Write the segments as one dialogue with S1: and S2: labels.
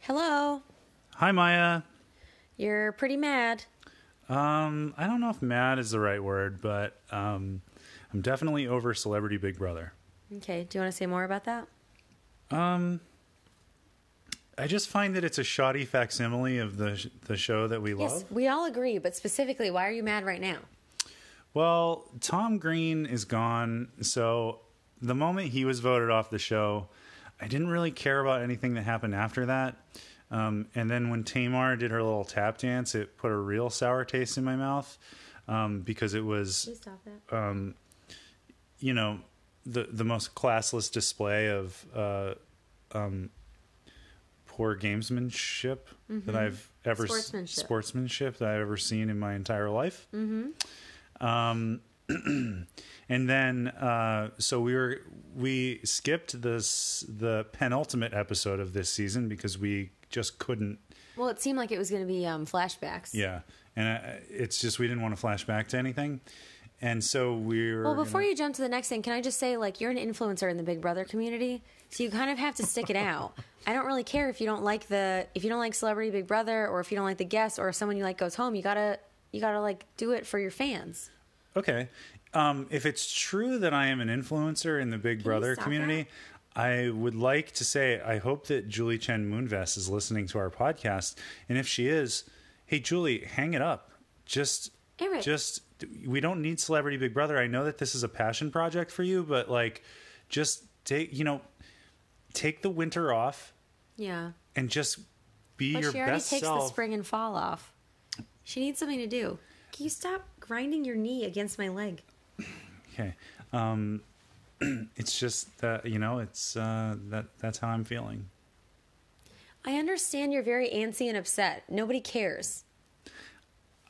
S1: Hello.
S2: Hi, Maya.
S1: You're pretty mad.
S2: Um, I don't know if mad is the right word, but um, I'm definitely over Celebrity Big Brother.
S1: Okay. Do you want to say more about that?
S2: I just find that it's a shoddy facsimile of the sh- the show that we love.
S1: Yes, we all agree, but specifically, why are you mad right now?
S2: Well, Tom Green is gone, so the moment he was voted off the show, I didn't really care about anything that happened after that. Um, and then when Tamar did her little tap dance, it put a real sour taste in my mouth um, because it was
S1: Please stop that.
S2: Uh, you know the the most classless display of uh, um, poor gamesmanship that I've ever s-
S1: Mm-hmm. Sportsmanship.
S2: sportsmanship that I've ever seen in my entire life. Mm-hmm. Um, and then uh, so we were we skipped this the penultimate episode of this season because we just couldn't
S1: well, it seemed like it was going to be um, flashbacks.
S2: yeah and I, it's just we didn't want to flash back to anything and so we're
S1: Well, before you jump to the next thing, can I just say, like, you're an influencer in the Big Brother community, so you kind of have to stick it out. I don't really care if you don't like the if you don't like Celebrity Big Brother or if you don't like the guest or if someone you like goes home. You gotta you gotta like do it for your fans.
S2: Okay. Um, if it's true that I am an influencer in the Big Brother
S1: stop
S2: community, I would like to say I hope that Julie Chen Moonves is listening to our podcast. And if she is, hey Julie, hang it up. Just
S1: Eric.
S2: just we don't need Celebrity Big Brother. I know that this is a passion project for you, but like just take you know, take the winter off
S1: Yeah,
S2: and just be
S1: but
S2: your
S1: she already
S2: best
S1: takes
S2: self.
S1: the spring and fall off. She needs something to do. Can you stop grinding your knee against my leg?
S2: Okay. Um, it's just that you know, it's uh, that that's how I'm feeling.
S1: I understand you're very antsy and upset. Nobody cares.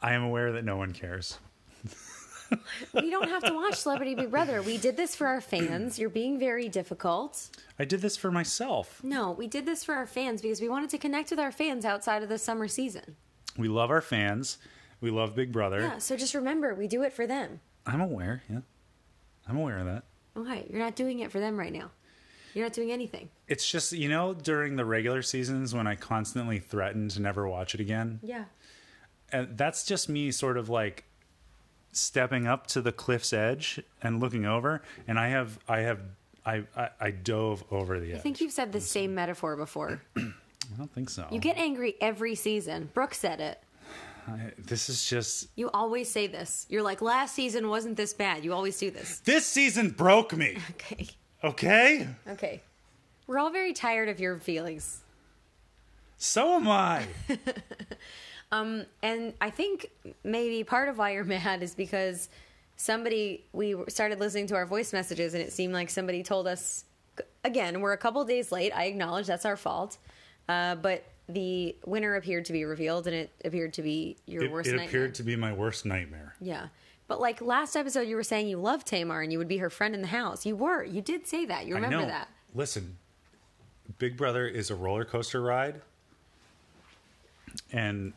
S2: I am aware that no one cares.
S1: We don't have to watch Celebrity Big Brother. We did this for our fans. You're being very difficult.
S2: I did this for myself.
S1: No, we did this for our fans because we wanted to connect with our fans outside of the summer season.
S2: We love our fans. We love Big Brother.
S1: Yeah, so just remember, we do it for them.
S2: I'm aware. Yeah, I'm aware of that.
S1: Okay, you're not doing it for them right now. You're not doing anything.
S2: It's just you know during the regular seasons when I constantly threatened to never watch it again.
S1: Yeah.
S2: And that's just me sort of like stepping up to the cliff's edge and looking over, and I have I have I I, I dove over the edge.
S1: I think you've said the same metaphor before.
S2: I don't think so.
S1: You get angry every season. Brooke said it.
S2: this is just
S1: You always say this. You're like, last season wasn't this bad. You always do this.
S2: this season broke me.
S1: Okay.
S2: Okay,
S1: Okay. We're all very tired of your feelings.
S2: so am I.
S1: And I think maybe part of why you're mad is because somebody, we started listening to our voice messages and it seemed like somebody told us, again, we're a couple days late. I acknowledge that's our fault. Uh, but the winner appeared to be revealed and it appeared to be your
S2: It,
S1: worst
S2: it
S1: nightmare.
S2: appeared to be my worst nightmare.
S1: yeah. But like last episode, you were saying you loved Tamar and you would be her friend in the house. You were. You did say that. You remember
S2: I know.
S1: that.
S2: Listen, Big Brother is a roller coaster ride, and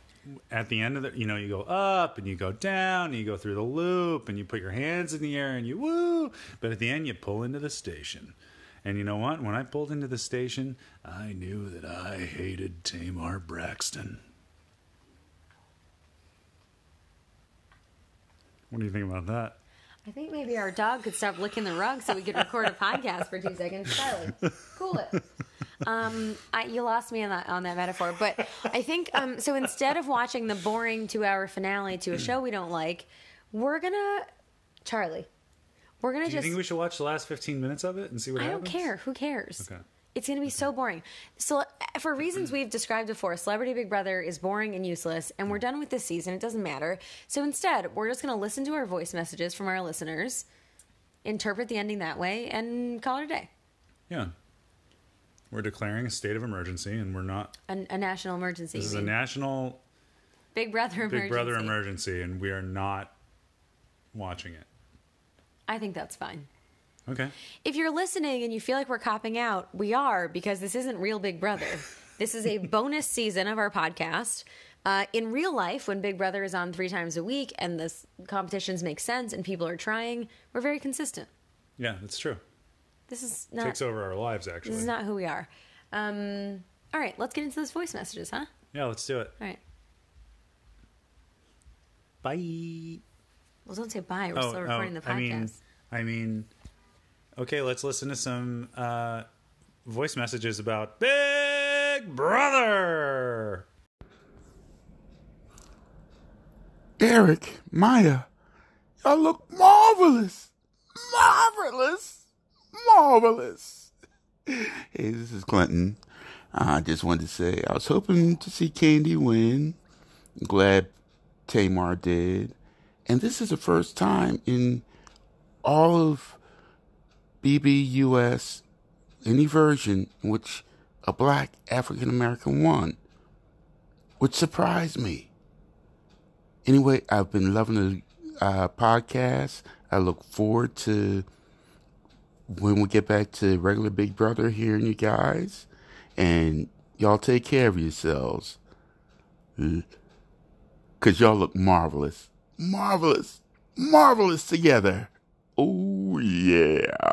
S2: at the end of the, you know, you go up and you go down, and you go through the loop, and you put your hands in the air and you woo. But at the end, you pull into the station. And you know what? When I pulled into the station, I knew that I hated Tamar Braxton. What do you think about that?
S1: I think maybe our dog could stop licking the rug so we could record a podcast for two seconds. Charlie, cool it. Um, I, you lost me on that on that metaphor, but I think um, so. Instead of watching the boring two-hour finale to a show we don't like, we're gonna Charlie. We're gonna
S2: Do you
S1: just.
S2: think we should watch the last 15 minutes of it and see what
S1: I don't
S2: happens?
S1: care. Who cares?
S2: Okay.
S1: It's going to be so boring. So, uh, for reasons we've described before, Celebrity Big Brother is boring and useless, and we're done with this season. It doesn't matter. So, instead, we're just going to listen to our voice messages from our listeners, interpret the ending that way, and call it a day.
S2: Yeah. We're declaring a state of emergency and we're not.
S1: A, a national emergency.
S2: This is
S1: you
S2: a
S1: mean.
S2: national
S1: Big Brother
S2: Big
S1: emergency.
S2: Brother emergency and we are not watching it.
S1: I think that's fine.
S2: Okay.
S1: If you're listening and you feel like we're copping out, we are because this isn't real Big Brother. this is a bonus season of our podcast. Uh, in real life, when Big Brother is on three times a week and the s- competitions make sense and people are trying, we're very consistent.
S2: Yeah, that's true.
S1: This is not
S2: Takes over our lives,
S1: this
S2: actually.
S1: is not who we are. Um, All right, let's get into those voice messages, huh?
S2: Yeah, let's do it.
S1: All right.
S2: Bye.
S1: Well, don't say bye. We're still recording the podcast.
S2: Oh, I mean, I mean, okay, let's listen to some uh, voice messages about Big Brother.
S3: Eric, Maya, y'all look marvelous. Marvelous. Marvelous. Hey, this is Clinton. Uh, I just wanted to say I was hoping to see Candy win. I'm glad Tamar did. And this is the first time in all of BBUS, any version, in which a black African American won, which surprised me anyway, I've been loving the uh, podcast. I look forward to when we get back to regular Big Brother hearing you guys. And y'all take care of yourselves. Because y'all look marvelous. Marvelous. Marvelous together. Oh, yeah.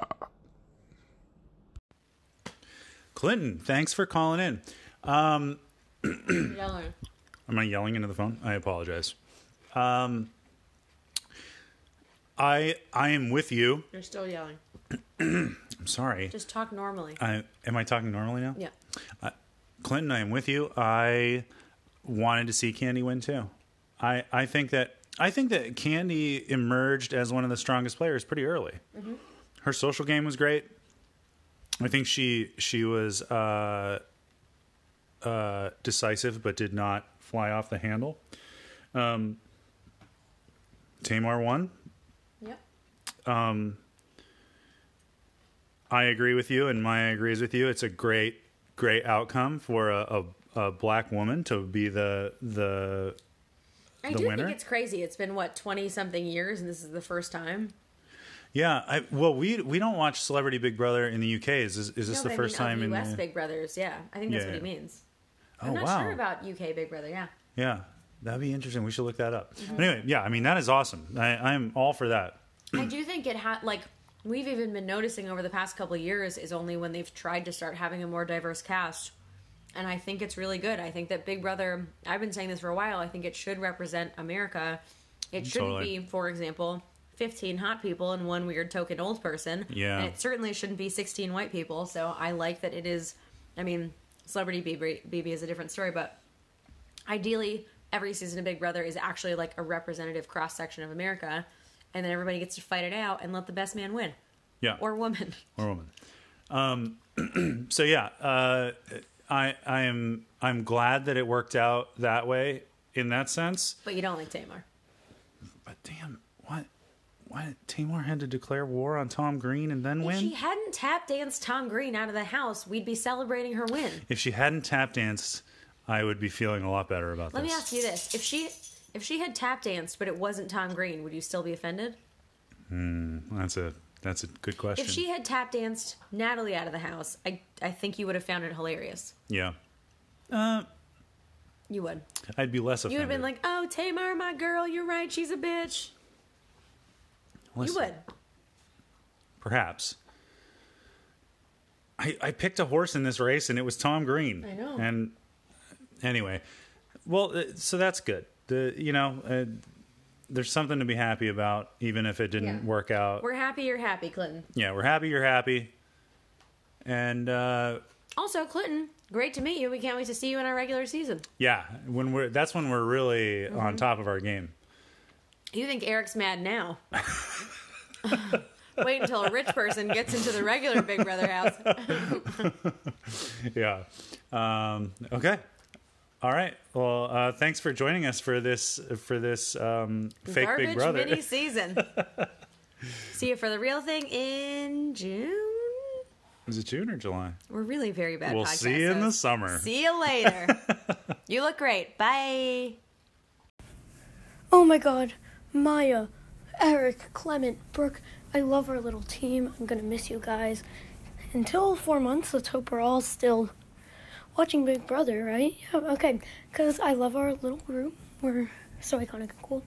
S2: Clinton, thanks for calling in. Am I yelling into the phone? I apologize. Um, I I am with you.
S1: You're still yelling.
S2: I'm sorry.
S1: Just talk normally.
S2: I, am I talking normally now?
S1: yeah.
S2: Clinton, I am with you. I wanted to see Candy win too. I, I think that I think that Candy emerged as one of the strongest players pretty early. Her social game was great. I think she she was uh, uh, decisive, but did not fly off the handle. Um, Tamar won.
S1: Yep.
S2: I agree with you, and Maya agrees with you. It's a great, great outcome for a, a, a black woman to be the the
S1: I
S2: The
S1: do
S2: winner?
S1: think it's crazy. It's been what twenty something years, and this is the first time.
S2: yeah. I, well, we we don't watch Celebrity Big Brother in the UK. Is this, is this
S1: No,
S2: the
S1: but I
S2: first
S1: mean, of
S2: time in
S1: U.S.
S2: the,
S1: Big Brothers? Yeah, I think that's
S2: Yeah,
S1: what he
S2: yeah.
S1: means.
S2: Oh
S1: I'm not
S2: wow,
S1: sure about UK Big Brother. Yeah.
S2: yeah, that'd be interesting. We should look that up.
S1: Mm-hmm.
S2: But Anyway, yeah, I mean that is awesome. I, I'm all for that.
S1: I do think it had like we've even been noticing over the past couple of years is only when they've tried to start having a more diverse cast. And I think it's really good. I think that Big Brother, I've been saying this for a while, I think it should represent America. It shouldn't
S2: Totally.
S1: be, for example, 15 hot people and one weird token old person.
S2: Yeah.
S1: And it certainly shouldn't be 16 white people. So I like that it is, I mean, Celebrity BB, BB is a different story, but ideally every season of Big Brother is actually like a representative cross section of America, and then everybody gets to fight it out and let the best man win
S2: Yeah,
S1: or woman.
S2: or woman. Um, so yeah, uh, I I am I'm glad that it worked out that way in that sense.
S1: But you don't like Tamar.
S2: But damn, what? Why did Tamar had to declare war on Tom Green and then win?
S1: If she hadn't tap danced Tom Green out of the house, we'd be celebrating her win.
S2: if she hadn't tap danced, I would be feeling a lot better about
S1: Let
S2: this.
S1: me ask you this: if she if she had tap danced but it wasn't Tom Green, would you still be offended?
S2: That's a that's a good question.
S1: If she had tap danced Natalie out of the house, I I think you would have found it hilarious.
S2: yeah,
S1: You would.
S2: I'd be less
S1: You
S2: offended.
S1: would have been like, "Oh, Tamar, my girl, you're right. She's a bitch." You
S2: Listen,
S1: would.
S2: perhaps. I I picked a horse in this race and it was Tom Green. I
S1: know.
S2: And anyway, well, uh, so that's good. The you know. Uh, there's something to be happy about, even if it didn't
S1: Yeah.
S2: work out.
S1: We're happy you're happy, Clinton.
S2: yeah, we're happy you're happy. And uh,
S1: Also, Clinton, great to meet you. We can't wait to see you in our regular season.
S2: yeah, when we're that's when we're really
S1: Mm-hmm.
S2: on top of our game.
S1: You think Eric's mad now? wait until a rich person gets into the regular Big Brother house.
S2: Yeah. Um, okay. All right. Well, uh, thanks for joining us for this for this um, fake
S1: Garbage
S2: Big Brother.
S1: mini season. see you for the real thing in June.
S2: Is it June or July?
S1: We're really very bad.
S2: We'll
S1: podcast
S2: see you in the
S1: hosts.
S2: summer.
S1: See you later. you look great. Bye.
S4: Oh my god, Maya, Eric, Clement, Brooke, I love our little team. I'm gonna miss you guys. Until four months, let's hope we're all still watching Big Brother, right? Yeah, okay. Because I love our little group. We're so iconic and cool.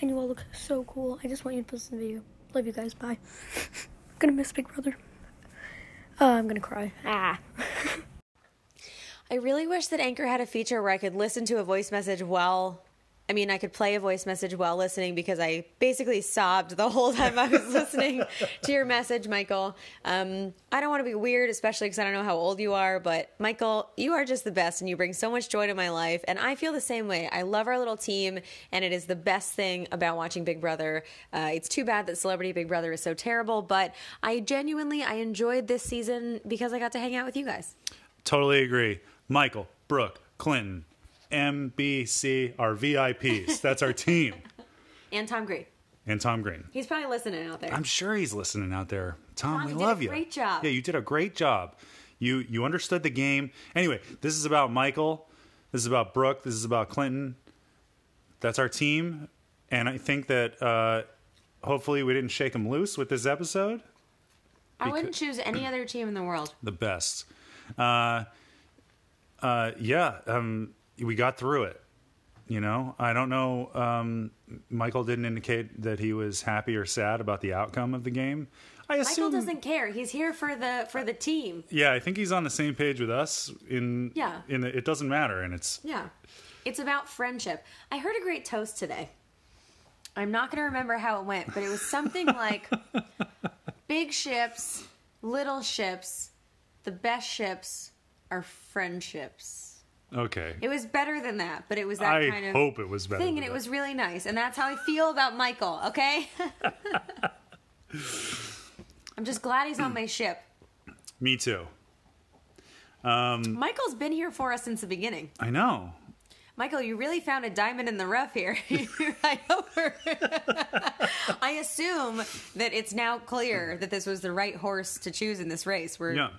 S4: And you all look so cool. I just want you to post the video. Love you guys. Bye. gonna miss Big Brother. Uh, I'm gonna cry. Ah.
S1: I really wish that Anchor had a feature where I could listen to a voice message while. I mean, I could play a voice message while listening because I basically sobbed the whole time I was listening to your message, Michael. Um, I don't want to be weird, especially because I don't know how old you are, but Michael, you are just the best and you bring so much joy to my life. And I feel the same way. I love our little team, and it is the best thing about watching Big Brother. Uh, it's too bad that Celebrity Big Brother is so terrible, but I genuinely I enjoyed this season because I got to hang out with you guys.
S2: Totally agree. Michael, Brooke, Clinton, MBC are VIPs. That's our team.
S1: And Tom Green.
S2: And Tom Green.
S1: He's probably listening out there.
S2: I'm sure he's listening out there. Tom,
S1: Tom,
S2: we
S1: you did a
S2: love you.
S1: great job.
S2: Yeah, you did a great job. You you understood the game. Anyway, this is about Michael. This is about Brooke. This is about Clinton. That's our team, and I think that uh, hopefully we didn't shake him loose with this episode.
S1: I wouldn't choose any other team in the world.
S2: The best. Uh, uh, yeah, um, we got through it. You know, I don't know. Um, Michael didn't indicate that he was happy or sad about the outcome of the game. I
S1: Michael
S2: assume
S1: doesn't care. He's here for the for the team.
S2: Yeah, I think he's on the same page with us. In
S1: Yeah.
S2: in the, it doesn't matter, and it's
S1: Yeah. It's about friendship. I heard a great toast today. I'm not going to remember how it went, but it was something like big ships, little ships, the best ships are friendships.
S2: okay.
S1: It was better than that, but it was that
S2: I
S1: kind of
S2: hope it was better.
S1: thing, and
S2: than
S1: it
S2: that.
S1: was really nice. And that's how I feel about Michael, okay? I'm just glad he's on my ship.
S2: me too.
S1: Michael's been here for us since the beginning.
S2: I know.
S1: Michael, you really found a diamond in the rough here. You're right over. I assume that it's now clear that this was the right horse to choose in this race. We're,
S2: Yeah.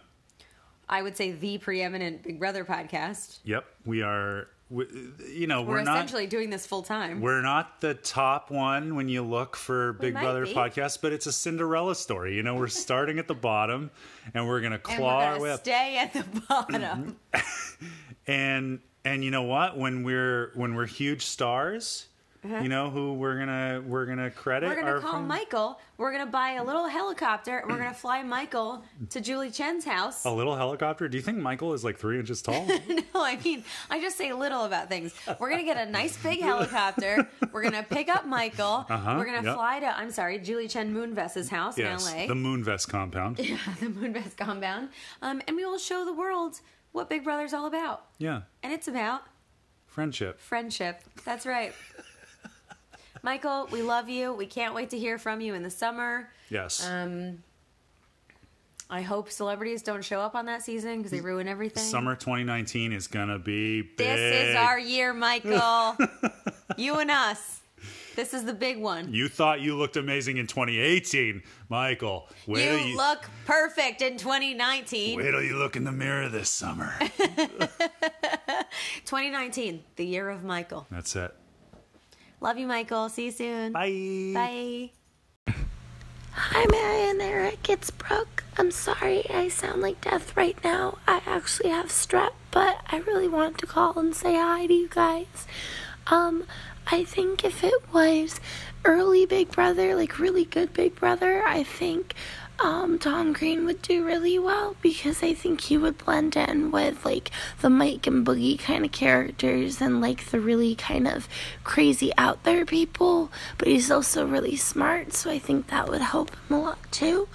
S1: I would say, the preeminent Big Brother podcast.
S2: Yep. We are. We, you know,
S1: We're,
S2: we're, not.
S1: essentially doing this full time.
S2: We're not the top one when you look for Big
S1: might
S2: Brother
S1: be.
S2: podcasts, but it's a Cinderella story. You know, we're starting at the bottom, and we're gonna
S1: and
S2: claw
S1: we're
S2: our way
S1: gonna
S2: up.
S1: stay at the
S2: Mm-hmm.
S1: bottom.
S2: and and you know what when we're when we're huge stars you know who we're gonna we're gonna credit
S1: Uh-huh. We're gonna
S2: our
S1: call
S2: friend-
S1: Michael. We're gonna buy a little helicopter. and We're gonna fly Michael to Julie Chen's house.
S2: a little helicopter do you think michael is like three inches tall
S1: No, I mean, I just say little about things. We're gonna get a nice big helicopter. We're gonna pick up Michael.
S2: Uh-huh,
S1: We're gonna
S2: yep.
S1: fly to I'm sorry, Julie Chen Moonves's house
S2: yes
S1: in LA,
S2: the moonvest compound
S1: the Moonves compound, um, and we will show the world what Big Brother's all about.
S2: yeah
S1: And it's about
S2: friendship
S1: friendship. That's right. Michael, we love you. We can't wait to hear from you in the summer.
S2: yes
S1: Um, I hope celebrities don't show up on that season because they ruin everything.
S2: summer 2019 is gonna be big.
S1: This is our year, Michael. you and us. This is the big one.
S2: you thought you looked amazing in 2018 michael wait till
S1: you look perfect in 2019.
S2: wait till you look in the mirror this summer
S1: 2019, the year of Michael.
S2: that's it
S1: Love you, Michael. See you soon.
S2: bye
S1: Bye.
S4: Hi, Mary and Eric. It's Brooke. I'm sorry I sound like death right now. I actually have strep, but I really wanted to call and say hi to you guys. Um, I think if it was early Big Brother, like really good Big Brother, I think um, Tom Green would do really well because I think he would blend in with like the Mike and Boogie kind of characters and like the really kind of crazy out there people, but he's also really smart, so I think that would help him a lot too.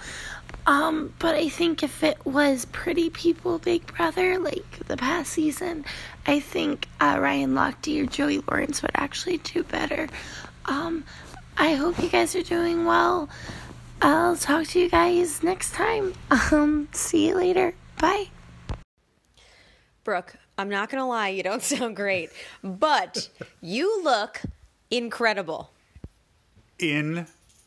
S4: Um, but I think if it was Pretty People Big Brother, like the past season, I think uh, Ryan Lochte or Joey Lawrence would actually do better. Um, I hope you guys are doing well. I'll talk to you guys next time. Um, see you later. Bye.
S1: Brooke, I'm not going to lie, you don't sound great, but you look incredible.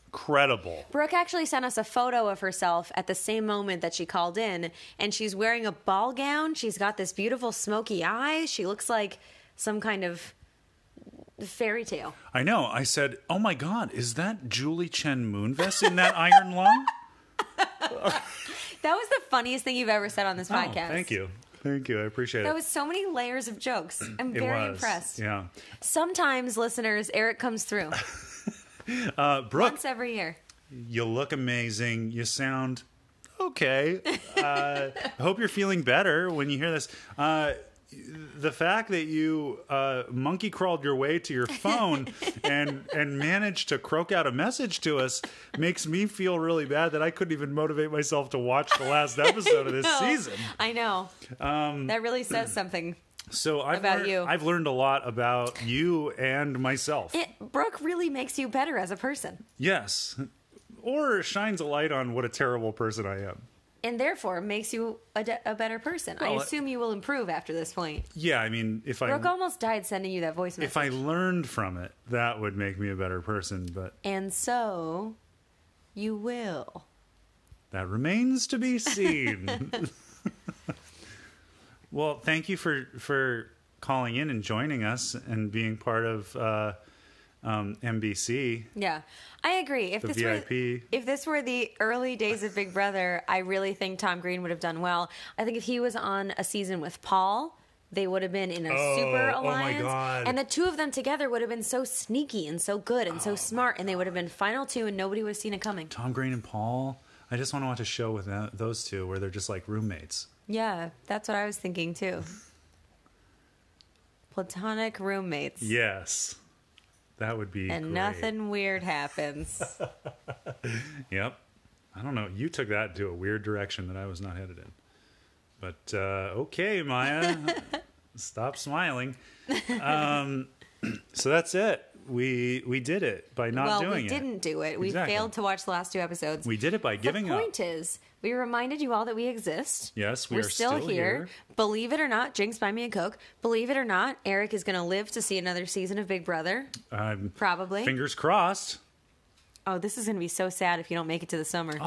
S2: incredible
S1: Brooke actually sent us a photo of herself at the same moment that she called in, and she's wearing a ball gown. She's got this beautiful smoky eye. She looks like some kind of fairy tale.
S2: I know. I said, "Oh my God, is that Julie Chen Moonves in that iron lung?"
S1: That was the funniest thing you've ever said on this
S2: Oh,
S1: podcast.
S2: thank you, thank you. I appreciate
S1: That
S2: it.
S1: was so many layers of jokes. I'm
S2: it
S1: very
S2: was.
S1: impressed.
S2: Yeah,
S1: Sometimes, listeners, Eric comes through
S2: uh, Brooke,
S1: once every year.
S2: you look amazing. You sound okay. Uh, I hope you're feeling better when you hear this. Uh, the fact that you uh, monkey crawled your way to your phone and and managed to croak out a message to us makes me feel really bad that I couldn't even motivate myself to watch the last episode of this
S1: No,
S2: season.
S1: I know.
S2: Um,
S1: that really says something.
S2: So I've
S1: About
S2: learned,
S1: you.
S2: I've learned a lot about you and myself.
S1: It, Brooke really makes you better as a person,
S2: yes, or shines a light on what a terrible person I am.
S1: and therefore makes you a, de- a better person.
S2: Well,
S1: I assume you will improve after this point.
S2: Yeah, I mean, if I
S1: Brooke almost died sending you that voice message.
S2: if I learned from it, that would make me a better person. But
S1: and so, you will.
S2: That remains to be seen. well, thank you for for calling in and joining us and being part of uh, um, MBC.
S1: Yeah, I agree. If
S2: The
S1: this
S2: VIP.
S1: were if this were the early days of Big Brother, I really think Tom Green would have done well. I think if he was on a season with Paul, they would have been in a
S2: Oh,
S1: super
S2: oh my
S1: alliance,
S2: God.
S1: and the two of them together would have been so sneaky and so good and
S2: Oh
S1: so smart, and they would have been final two, and nobody would have seen it coming.
S2: Tom Green and Paul. I just want to watch a show with tho- those two where they're just like roommates.
S1: Yeah, that's what I was thinking too. Platonic roommates,
S2: Yes, that would be
S1: and
S2: great.
S1: nothing weird happens.
S2: Yep. I don't know. You took that to a weird direction that I was not headed in. But uh, okay, Maya, stop smiling. Um, so that's it. We we did it by not
S1: well,
S2: doing
S1: we
S2: it.
S1: didn't do it. We
S2: Exactly.
S1: failed to watch the last two episodes.
S2: We did it by giving
S1: the
S2: up.
S1: point is we reminded you all that we exist
S2: Yes, we
S1: we're
S2: are
S1: still,
S2: still
S1: here.
S2: here.
S1: believe it or not jinx buy me a coke believe it or not eric is going to live to see another season of big brother
S2: Um,
S1: probably
S2: fingers crossed.
S1: oh this is going to be so sad if you don't make it to the summer
S2: Oh,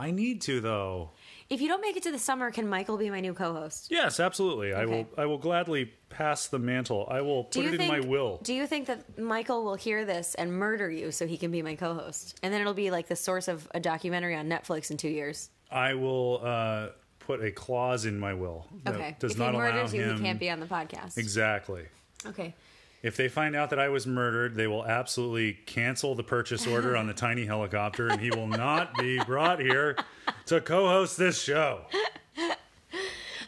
S2: I need to though.
S1: if you don't make it to the summer can michael be my new co-host
S2: Yes, absolutely. I will.
S1: Okay.
S2: I will gladly pass the mantle. I will
S1: do
S2: put
S1: you
S2: it
S1: think
S2: in my will.
S1: do you think that michael will hear this and murder you so he can be my co-host and then it'll be like the source of a documentary on netflix in two years
S2: I will uh, put a clause in my will that
S1: okay
S2: does
S1: if
S2: not
S1: he
S2: allow
S1: murders you
S2: him.
S1: he can't be on the podcast
S2: Exactly.
S1: okay
S2: If they find out that I was murdered, they will absolutely cancel the purchase order on the tiny helicopter, and he will not be brought here to co host this show.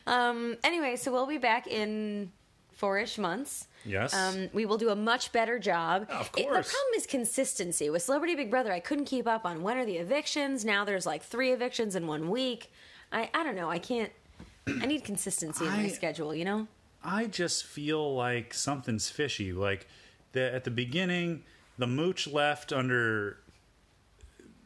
S1: anyway, so we'll be back in four-ish months.
S2: Yes.
S1: Um, we will do a much better job.
S2: Yeah, of
S1: It- the
S2: course.
S1: problem is consistency. With Celebrity Big Brother, I couldn't keep up on when are the evictions. Now there's like three evictions in one week. I, I don't know. I can't. I need consistency in my
S2: I-
S1: schedule, you know?
S2: I just feel like something's fishy. Like the, at the beginning, the mooch left under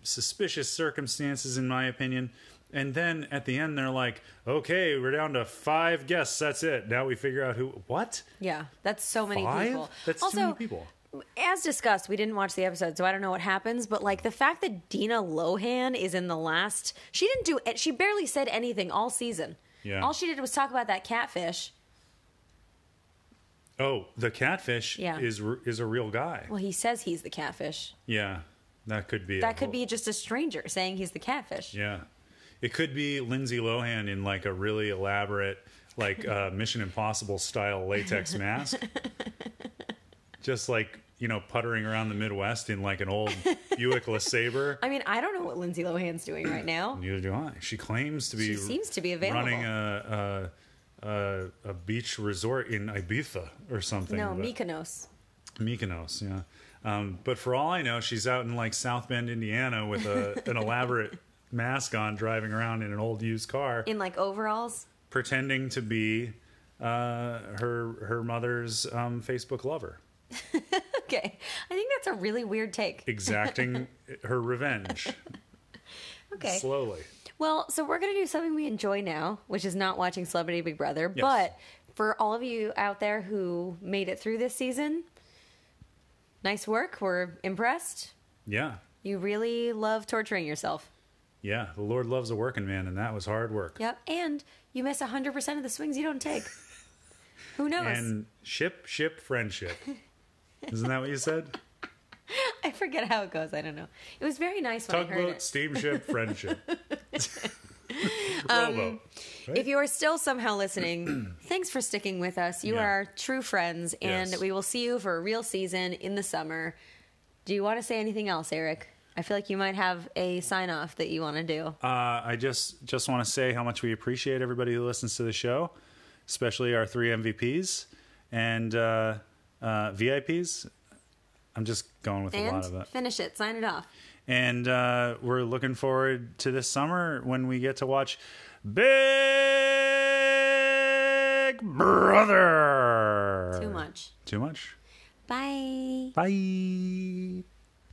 S2: suspicious circumstances, in my opinion. And then at the end, they're like, okay, we're down to five guests. That's it. Now we figure out who. What?
S1: Yeah, that's so many
S2: Five?
S1: people.
S2: That's
S1: also,
S2: too many people.
S1: as discussed, we didn't watch the episode, so I don't know what happens. But like the fact that Dina Lohan is in the last, she didn't do it. She barely said anything all season.
S2: Yeah.
S1: All she did was talk about that catfish.
S2: Oh, the catfish
S1: Yeah.
S2: is r- is a real guy.
S1: Well, he says he's the catfish.
S2: Yeah, that could be. a
S1: That could
S2: whole-
S1: be just a stranger saying he's the catfish.
S2: Yeah, it could be Lindsay Lohan in like a really elaborate, like uh, Mission Impossible style latex mask, just like you know puttering around the Midwest in like an old Buick LeSabre.
S1: I mean, I don't know what Lindsay Lohan's doing right now.
S2: Neither do I. She claims to be.
S1: She seems to be available.
S2: Running a. a a, a beach resort in Ibiza or something.
S1: No,
S2: but-
S1: Mykonos.
S2: Mykonos, yeah. Um, but for all I know, she's out in like South Bend, Indiana, with a, an elaborate mask on, driving around in an old used car,
S1: In like overalls.
S2: pretending to be uh, her her mother's um, Facebook lover,
S1: Okay. I think that's a really weird take.
S2: exacting her revenge
S1: Okay.
S2: slowly.
S1: Well, so we're going to do something we enjoy now, which is not watching Celebrity Big Brother.
S2: Yes.
S1: But for all of you out there who made it through this season, nice work. We're impressed.
S2: Yeah,
S1: You really love torturing yourself.
S2: yeah. The Lord loves a working man, and that was hard work.
S1: Yep. And you miss 100% of the swings you don't take. Who knows?
S2: And ship, ship, friendship. Isn't that what you said?
S1: I forget how it goes. I don't know. It was very nice when I heard
S2: Tugboat,
S1: it.
S2: steamship, friendship.
S1: Um,
S2: Rowboat.
S1: If you are still somehow listening, thanks for sticking with us. You
S2: Yeah.
S1: are our true friends, and
S2: Yes.
S1: we will see you for a real season in the summer. Do you want to say anything else, Eric? I feel like you might have a sign off that you want to do.
S2: Uh, I just just want to say how much we appreciate everybody who listens to the show. especially our three MVPs and uh, uh, VIPs. I'm just going with a lot of
S1: And
S2: it.
S1: finish it. Sign it off.
S2: And uh, we're looking forward to this summer when we get to watch Big Brother.
S1: Too much.
S2: Too much.
S1: Bye.
S2: Bye.